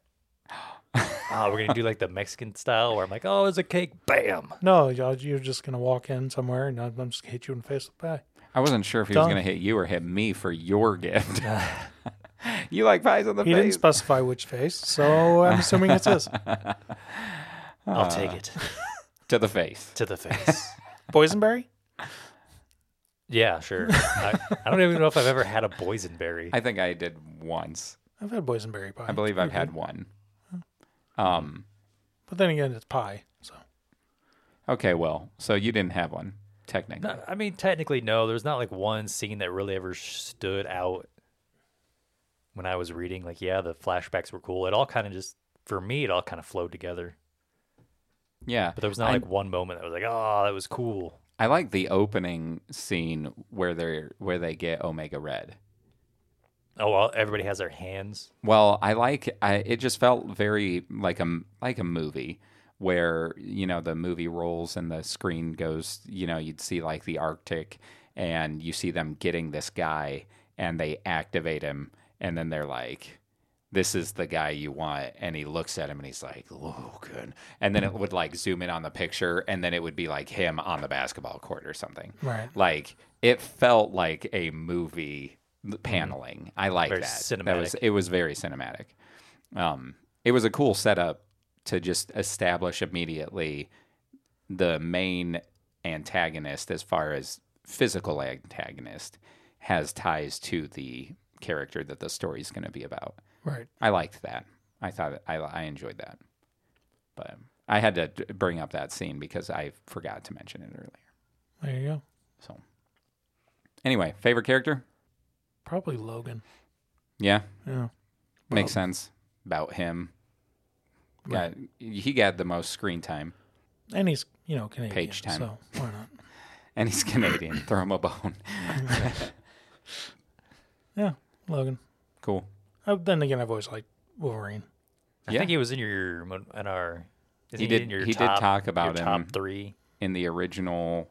oh, we're gonna do like the Mexican style where I'm like, oh, it's a cake, bam.
No, y'all, you're just going to walk in somewhere and I'm I'm just going to hit you in the face with a pie.
I wasn't sure if he was
Done.
going to hit you or hit me for your
[laughs]
gift. [laughs] you like pies on the
He
face?
didn't specify which face, so I'm assuming it's [laughs] his.
Ah.
I'll take it
to the face.
to
[laughs]
the face.
Boysenberry?
yeah, sure. I, I don't even know if I've ever had a boysenberry.
I think I did once.
I've had boysenberry pie.
I believe I've
Mm-hmm.
had one. Um.
But then again, it's pie. So
Okay. Well, so you didn't have one technically.
No, I mean, technically, no. There's not like one scene that really ever stood out when I was reading. Like, yeah, the flashbacks were cool. It all kind of just, for me, it all kind of flowed together.
Yeah.
But there was not like one moment that was like, oh, that was cool.
I like the opening scene where they are where they get Omega Red.
Oh, well, everybody has their hands.
Well, I like I, it. Just felt very like a like a movie where you know the movie rolls and the screen goes. You know, you'd see like the Arctic, and you see them getting this guy, and they activate him, and then they're like. This is the guy you want, and he looks at him and he's like, Logan. And then it would like zoom in on the picture, and then it would be like him on the basketball court or something.
Right.
Like it felt like a movie paneling. I like
Mm-hmm. Very
that. That was
cinematic.
it was very cinematic. Um, it was a cool setup to just establish immediately the main antagonist, as far as physical antagonist, has ties to the character that the story's going to be about.
Right.
I liked that. I thought I, I enjoyed that. But I had to d- bring up that scene because I forgot to mention it earlier.
There you go.
So, anyway, favorite character?
Probably Logan.
Yeah,
Yeah.
makes sense about him. Got, he got the most screen time,
And he's, you know, Canadian.
Page time.
So why not?
and he's [laughs] Canadian. Throw him a bone.
Yeah. Logan.
Cool.
Uh, then again, I've always liked Wolverine.
I
Yeah.
think he was in your mo- in our. isn't
He did-
in your
he did
top-
talk
your
about him.
top three.
in the original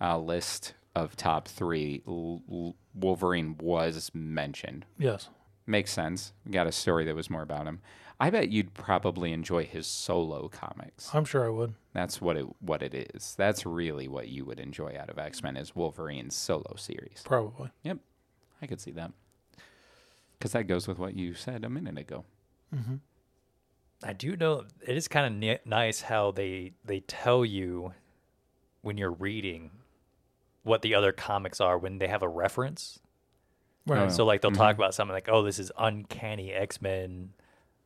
uh, list of top three, L- L- Wolverine was mentioned.
Yes.
Makes sense. We got a story that was more about him. I bet you'd probably enjoy his solo comics.
I'm sure I would.
That's what it what it is. That's really what you would enjoy out of X Men is Wolverine's solo series.
Probably.
Yep, I could see that. Because that goes with what you said a minute ago.
I do know it is kind of ni- nice how they they tell you when you're reading what the other comics are when they have a reference.
Right.
Oh.
So like they'll talk about something like, "Oh, this is Uncanny X Men,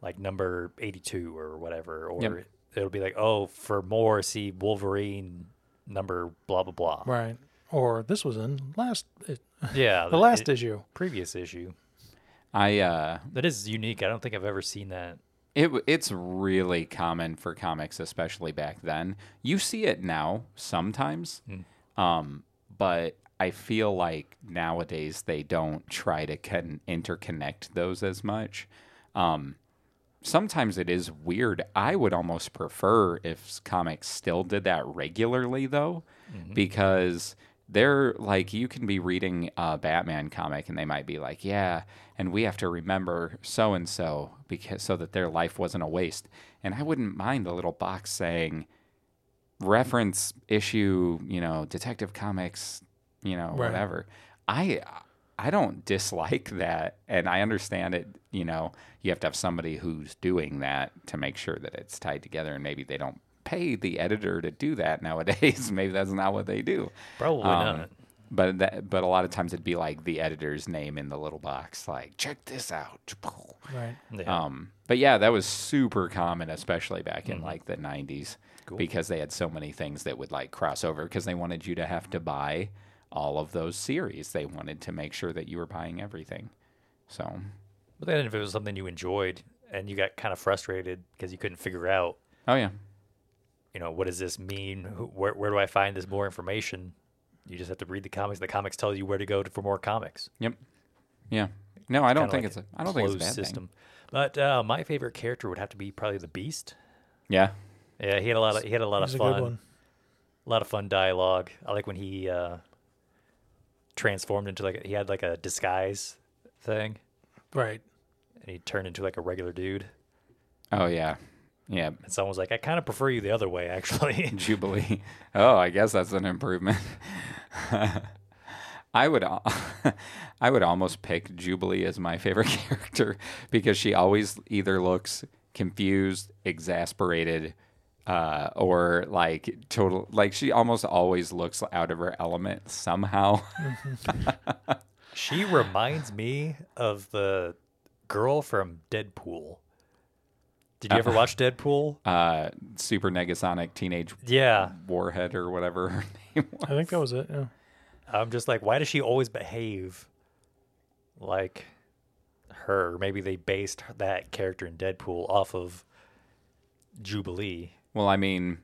like number eighty-two or whatever," or
Yep.
it'll be like, "Oh, for more, see Wolverine number blah blah blah."
Right. Or this was in last it,
Yeah,
the last
i-
issue.
previous issue
I uh,
that is unique. I don't think I've ever seen that.
It w- it's really common for comics, especially back then. You see it now sometimes, um, but I feel like nowadays they don't try to con- interconnect those as much. Um, sometimes it is weird. I would almost prefer if comics still did that regularly, though, because they're like, you can be reading a Batman comic and they might be like, yeah, and we have to remember so and so because so that their life wasn't a waste. And I wouldn't mind the little box saying, reference issue, you know, Detective Comics, you know,
Right.
whatever. I I don't dislike that, and I understand it. You know, you have to have somebody who's doing that to make sure that it's tied together, and maybe they don't pay the editor to do that [laughs] nowadays. maybe that's not what they do.
Probably
Um,
not.
But that, but a lot of times it'd be like the editor's name in the little box, like check this out.
Right.
Yeah.
Um, but yeah, that was super common, especially back in like the '90s, because they had so many things that would like cross over because they wanted you to have to buy all of those series. They wanted to make sure that you were buying everything. So
But then if it was something you enjoyed and you got kind of frustrated because you couldn't figure out,
oh yeah,
you know, what does this mean? Who, where, where do I find this more information? You just have to read the comics. The comics tell you where to go to, for more comics.
yep, yeah. No, I don't
Kinda
think
like
it's a, I don't think it's a bad
closed
system.
But uh, my favorite character would have to be probably the Beast.
thing. Yeah,
Yeah, he had a lot of he had a lot
That's
of
a
fun,
good one.
a lot of fun dialogue. I like when he uh, transformed into like a, he had like a disguise thing,
Right.
and he turned into like a regular dude.
oh yeah, yeah.
And someone was like, "I kind of prefer you the other way, actually." [laughs]
Jubilee. [laughs] Oh, I guess that's an improvement. [laughs] I would, [laughs] al- I would almost pick Jubilee as my favorite [laughs] character because she always either looks confused, exasperated, uh, or like total. Like she almost always looks out of her element somehow. [laughs]
She reminds me of the girl from Deadpool. Did you ever watch Deadpool?
Uh, super negasonic teenage
Yeah.
warhead or whatever her [laughs] name was.
I think that was it.
[laughs]
Yeah.
I'm just like, why does she always behave like her? Maybe they based that character in Deadpool off of Jubilee.
Well, I mean,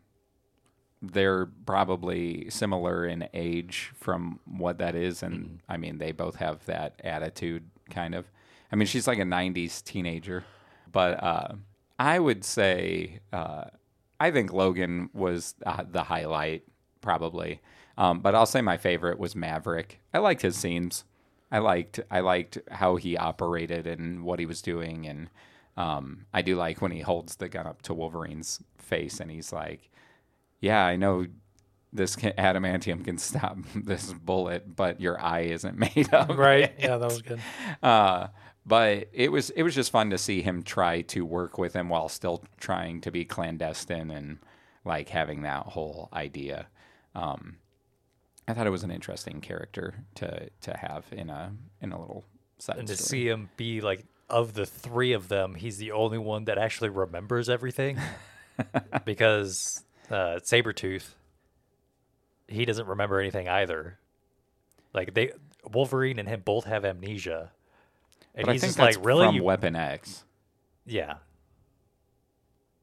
they're probably similar in age from what that is. And I mean, they both have that attitude, kind of. I mean, she's like a 90s teenager. But uh, I would say, uh, I think Logan was uh, the highlight, probably. Um, but I'll say my favorite was Maverick. I liked his scenes. I liked I liked how he operated and what he was doing, and um, I do like when he holds the gun up to Wolverine's face and he's like, "Yeah, I know this can, adamantium can stop [laughs] this bullet, but your eye isn't [laughs] made of
Right. Yeah, that was good.
uh, but it was it was just fun to see him try to work with him while still trying to be clandestine and like having that whole idea. Um, I thought it was an interesting character to to have in a in a little side
and to
story.
see him be like of the three of them, he's the only one that actually
[laughs]
remembers everything because uh, Sabretooth, he doesn't remember anything either. Like they, Wolverine and him both have amnesia, and
but I
he's
think
just
that's
like, really,
from
you,
Weapon X,
yeah,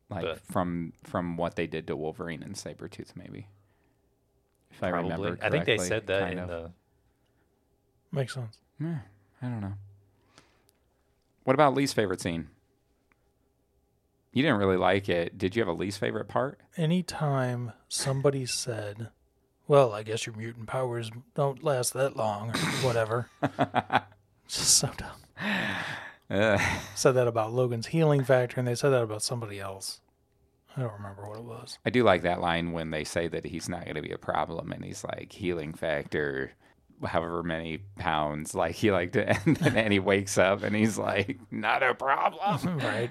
like
But-
from from what they did to Wolverine and Sabretooth, maybe. If I
probably.
remember,
I think they
correctly,
said that
kind
in
of.
the.
Makes sense.
Yeah, I don't know. What about least favorite scene? You didn't really like it. Did you have a least favorite part?
Anytime somebody said, well, I guess your mutant powers don't last that long or
[laughs]
whatever. It's Just so dumb.
Ugh.
Said that about Logan's healing factor and they said that about somebody else. I don't remember what it was.
I do like that line when they say that he's not going to be a problem, and he's like healing factor, however many pounds. Like he like, [laughs] to, and then he wakes up and he's like, not a problem.
right.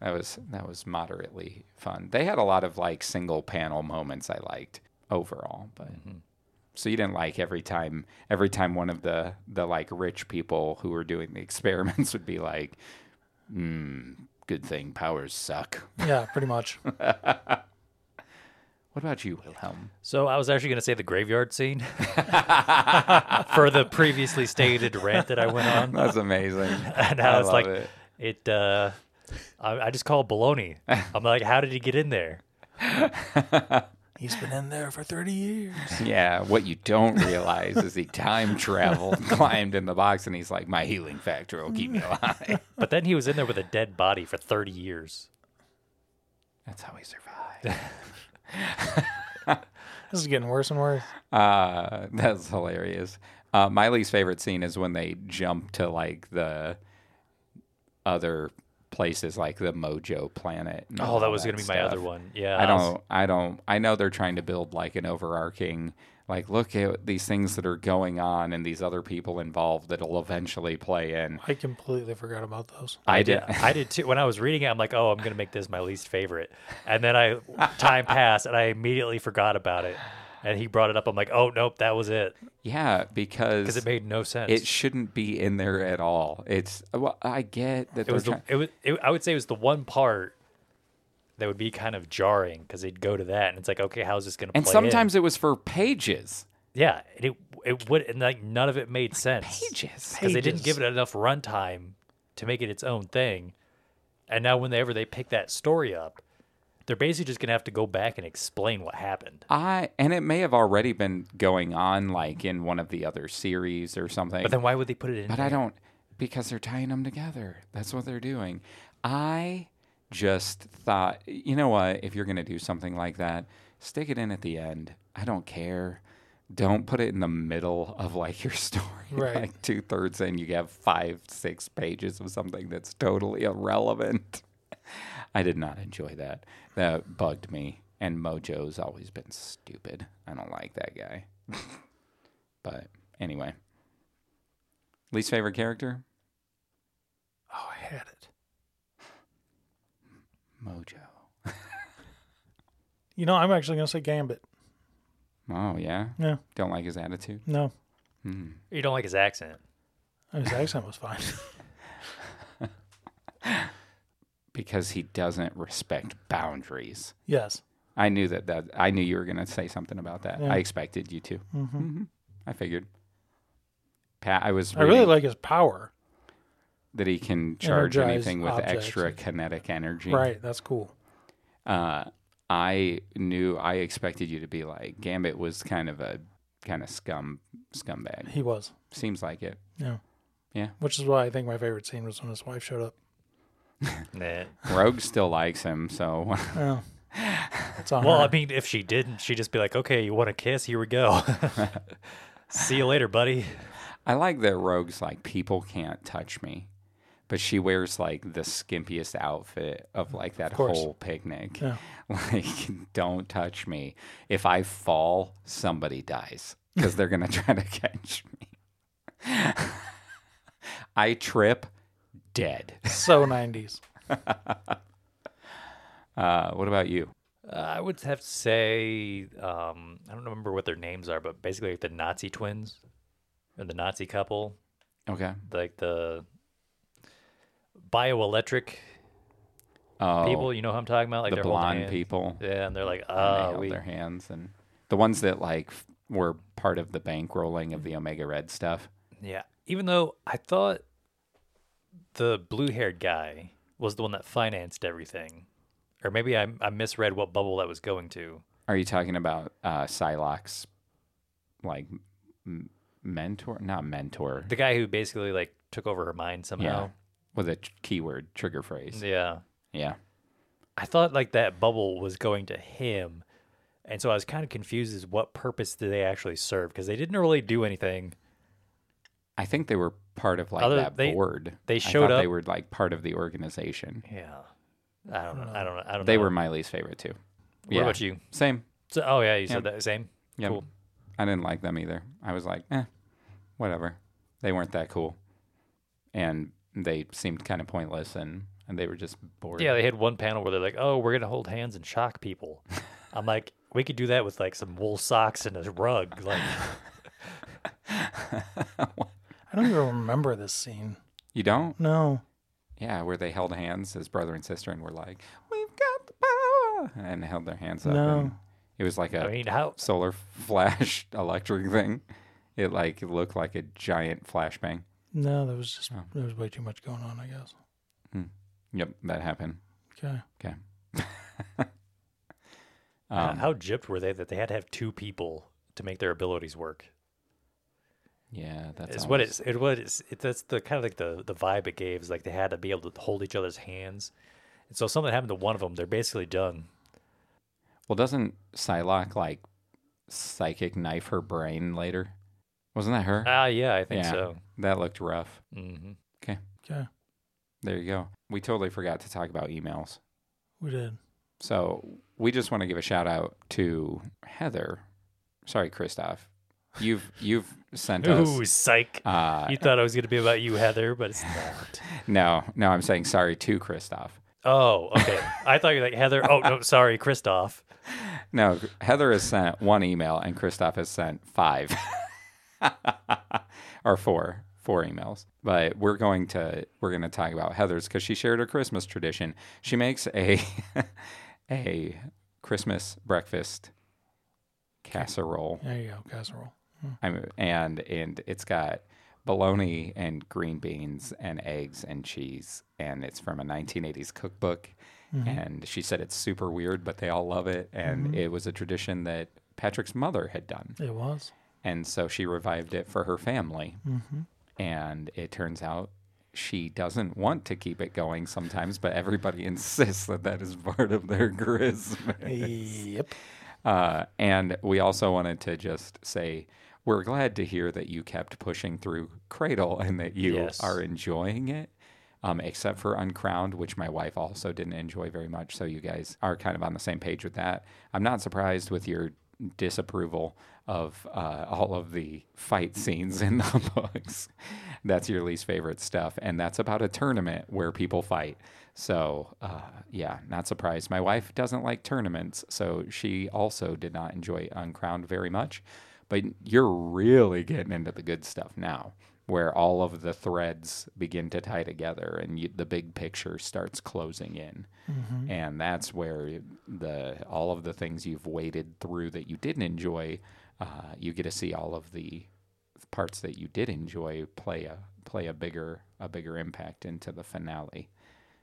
That was that was moderately fun. They had a lot of like single panel moments I liked overall, but so you didn't like every time every time one of the the like rich people who were doing the [laughs] experiments would be like, hmm, good thing powers suck.
Yeah, pretty [laughs] much.
What about you, Wilhelm?
So I was actually going to say the graveyard scene [laughs] for the previously stated rant that I went
[laughs]
on.
That's [laughs] amazing.
and
I
I was
love
like,
it.
it, uh, I, I just call it baloney. I'm like, how did he get in there?
He's been in there for 30 years.
yeah, what you don't realize is he time traveled, [laughs] climbed in the box, and he's like, my healing factor will [laughs] keep me alive.
But then he was in there with a dead body for 30 years.
That's how he survived.
This is getting worse and worse.
Uh, [laughs] that's hilarious. Uh, my least favorite scene is when they jump to like the other places, like the Mojo Planet. and
Oh,
all
that was going to be my
stuff.
other one. Yeah.
I
was-
don't. I don't. I know they're trying to build like an overarching, like look at these things that are going on and these other people involved that'll eventually play in.
I completely forgot about those.
I,
did.
did.
I did too. When I was reading it, I'm like, oh, I'm going to make this my least favorite. And then I time passed and I immediately forgot about it. And he brought it up. I'm like, oh, nope, that was it.
[laughs] Yeah, because
Because it made no sense.
it shouldn't be in there at all. It's. Well, I get that
it
they're
was the,
trying-
it was it, I would say it was the one part that would be kind of jarring because they'd go to that and it's like okay how's this gonna
and
play in?
sometimes it was for pages.
yeah and it it would and like none of it made sense
Pages.
because they didn't
pages.
give it enough runtime to make it its own thing and now whenever they pick that story up they're basically just gonna have to go back and explain what happened
I and it may have already been going on like in one of the other series or something.
but then why would they put it in
But
there?
I don't because they're tying them together. That's what they're doing. I just thought, you know what? If you're going to do something like that, stick it in at the end. I don't care. Don't put it in the middle of like your [laughs] story.
Right.
Like two thirds in, you have five, six pages of something that's totally irrelevant. [laughs] I did not enjoy that. That bugged me. And Mojo's always been stupid. I don't like that guy. [laughs] but anyway. Least favorite character?
Oh, I had it.
Mojo.
You know, I'm actually going to say Gambit.
Oh, yeah?
Yeah,
Don't like his attitude?
no.
Hmm.
you don't like
[laughs]
his accent
His accent was fine. [laughs]
Because he doesn't respect boundaries.
yes.
I knew that, that I knew you were going to say something about that.
Yeah.
I expected you to.
hmm
hmm I figured. Pat, I was
I really
reading
like his power.
that he can charge
Energize
anything with
objects.
extra kinetic energy.
Right, that's cool.
uh, I knew I expected you to be like Gambit was kind of a kind of scum scumbag.
He was.
Seems like it.
Yeah.
Yeah.
Which is why I think my favorite scene was when his wife showed [laughs] up.
nah.
Rogue still likes him, so [laughs]
Oh. It's on
well
her.
i mean if she didn't she'd just be like okay you want a kiss here we go [laughs] see you later buddy
I like that Rogue's like people can't touch me, but she wears like the skimpiest outfit of like that
course.
whole picnic.
Yeah.
[laughs] Like, don't touch me. If I fall, somebody dies because they're gonna [laughs] try to catch me. [laughs] I trip, dead.
[laughs] so 90s.
Uh, what about you?
Uh, I would have to say um, I don't remember what their names are, but basically like the Nazi twins and the Nazi couple.
Okay.
like the bioelectric
Oh,
people. You know who I'm talking about? Like
the
they're holding
blonde
hands.
people.
Yeah, and they're like,
and they
uh,
held
we,
their hands and the ones that like f- were part of the bankrolling of the Omega Red stuff.
yeah. Even though I thought the blue-haired guy was the one that financed everything, or maybe I, I misread what bubble that was going to.
Are you talking about uh, Psylocke's like m- mentor? Not mentor.
The guy who basically like took over her mind
yeah,
somehow.
with a tr- keyword trigger phrase.
yeah.
Yeah.
I thought like that bubble was going to him. And so I was kind of confused as what purpose did they actually serve because they didn't really do anything.
I think they were part of like
Other-
that
they-
board.
they
I
showed
thought They
up-
were like part of the organization.
Yeah. I don't know. I don't know. I don't
They
know.
were my least favorite too.
What about you?
Same.
So, oh yeah, you said that same.
Yeah.
Cool.
I didn't like them either. I was like, eh, whatever. They weren't that cool. And they seemed kind of pointless and, and they were just bored.
Yeah, they had one panel where they're like, "Oh, we're gonna hold hands and shock people." I'm like, we could do that with like some wool socks and a rug. Like,
I don't even remember this scene.
[laughs] You don't?
No.
Yeah, where they held hands as brother and sister and were like, we've got the power. And held their hands up.
No.
and It was like a
I mean, how?
solar flash [laughs] electric thing. It like looked like a giant flashbang.
No, there was
Oh.
just there was way too much going on, I guess.
Yep, that happened.
Okay.
Okay.
how-
um,
Uh, how gypped were they that they had to have two people to make their abilities work?
yeah, that's
It's what
almost-
it's it what it's it, that's the kind of like the the vibe it gave is like they had to be able to hold each other's hands. And so if something happened to one of them, they're basically done.
Well, doesn't Psylocke like psychic knife her brain later? Wasn't that her?
Ah, yeah, I think so.
That looked rough.
hmm
Okay.
There you go. We totally forgot to talk about emails.
We did.
So we just want to give a shout out to Heather. Sorry, Christoph. You've you've
[laughs]
sent
Ooh,
us.
psych!
Uh,
you thought it was gonna be about you, Heather, but [laughs] it's not.
no, no, I'm saying sorry to Christoph.
Oh, okay. I thought you were like Heather. Oh no, sorry, Christoph.
No, Heather has sent one email and Christoph has sent five [laughs] or four, four emails. But we're going to we're going to talk about Heather's because she shared her Christmas tradition. She makes a [laughs] a Christmas breakfast casserole.
There you go, casserole.
I'm, and and it's got bologna and green beans and eggs and cheese and it's from a 1980s cookbook and she said it's super weird but they all love it and it was a tradition that Patrick's mother had done
It was.
and so she revived it for her family and it turns out she doesn't want to keep it going sometimes but everybody [laughs] insists that that is part of their [laughs] Christmas
Yep.
uh, and we also wanted to just say we're glad to hear that you kept pushing through Cradle and that you
Yes.
are enjoying it. Um, except for Uncrowned, which my wife also didn't enjoy very much. So you guys are kind of on the same page with that. I'm not surprised with your disapproval of uh, all of the fight scenes in [laughs] the books. that's your least favorite stuff. And that's about a tournament where people fight. So uh, yeah, not surprised. My wife doesn't like tournaments. So she also did not enjoy Uncrowned very much. But you're really getting into the good stuff now, where all of the threads begin to tie together and you, the big picture starts closing in. And that's where the all of the things you've waded through that you didn't enjoy, uh, you get to see all of the parts that you did enjoy play a play a bigger a bigger impact into the finale.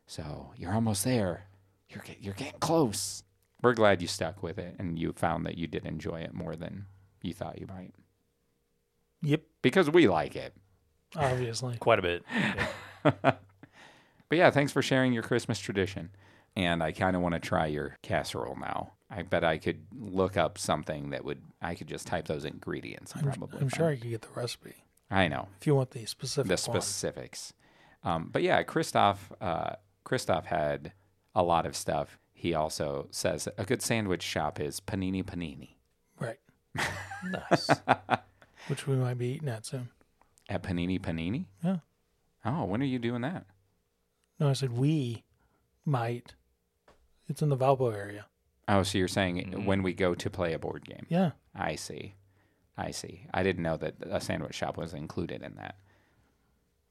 So you're almost there. You're get, you're getting close. We're glad you stuck with it and you found that you did enjoy it more than you thought you might
Yep.
because we like it.
Obviously.
Quite a bit.
But yeah, thanks for sharing your Christmas tradition. And I kind of want to try your casserole now. I bet I could look up something that would I could just type those ingredients. and
I'm,
probably
I'm
find-
sure I could get the recipe
I know.
if you want the specific
the
one.
specifics. Um, but yeah, Christoph, uh, Christoph had a lot of stuff. He also says a good sandwich shop is Panini Panini
Right.
Nice.
Which we might be eating at soon.
at Panini Panini.
Yeah.
Oh, when are you doing that?
No, I said we might. It's in the Valpo area.
Oh, so you're saying
Mm-hmm.
when we go to play a board game?
Yeah.
I see. I see. I didn't know that a sandwich shop was included in that.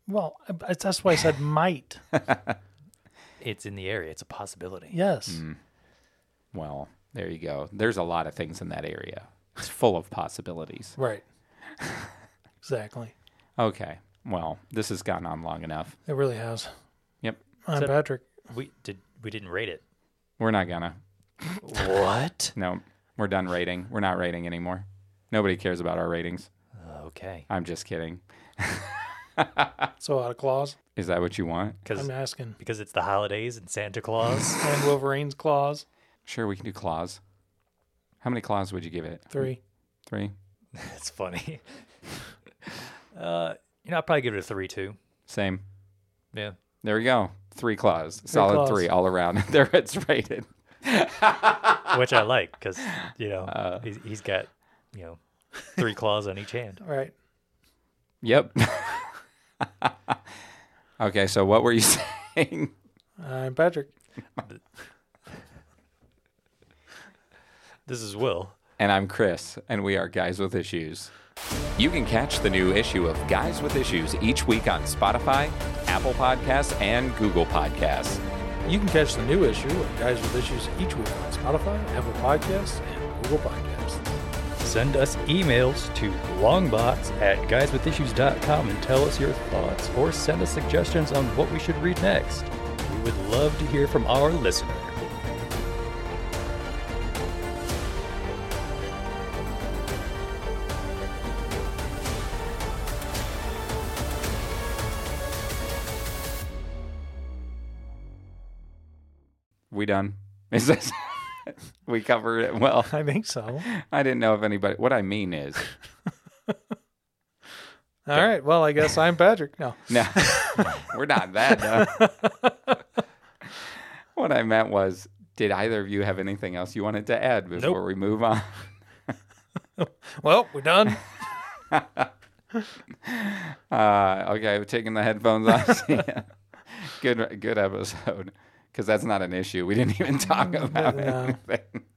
Well, I- I- that's why I
[laughs]
said might.
It's in the area. It's a possibility.
Yes.
Mm. Well, there you go. There's a lot of things in that area. It's full of possibilities. [laughs]
Right. exactly.
Okay. Well, this has gone on long enough.
It really has.
Yep.
I'm
So-
Patrick.
We did. We didn't rate it.
We're not gonna.
What?
No, we're done rating. We're not rating anymore. Nobody cares about our ratings.
Okay.
I'm just kidding.
So out of claws.
Is that what you want?
Because
I'm asking.
because it's the holidays and Santa Claus.
And Wolverine's claws.
Sure, we can do claws. How many claws would you give it?
Three.
Three?
That's funny. [laughs] uh, you know, I'd probably give it a three two.
Same.
Yeah.
There we go. Three claws. Solid
claws.
three all around. [laughs] there it's rated.
Which I like because you know he's, he's got you know three claws on each hand.
Right.
Yep. [laughs] okay, so what were you [laughs] saying?
I'm Patrick.
[laughs] This is Will.
And I'm Chris, and we are Guys with Issues. You can catch the new issue of Guys with Issues each week on Spotify, Apple Podcasts, and Google Podcasts.
You can catch the new issue of Guys with Issues each week on Spotify, Apple Podcasts, and Google Podcasts.
Send us emails to longbox at guyswithissues.com and tell us your thoughts or send us suggestions on what we should read next. We would love to hear from our listener.
We done? [laughs] Is this? we covered it well.
I think so. [laughs] All right.
I didn't know if anybody. What I mean is,
Well, I guess I'm Patrick. No.
no, we're not that. dumb. [laughs] what I meant was, did either of you have anything else you wanted to add before we move on? [laughs]
Well, we're done.
Uh, okay, we're taking the headphones off. [laughs] Yeah. Good, good episode. Because that's not an issue. We didn't even talk about
no.
anything.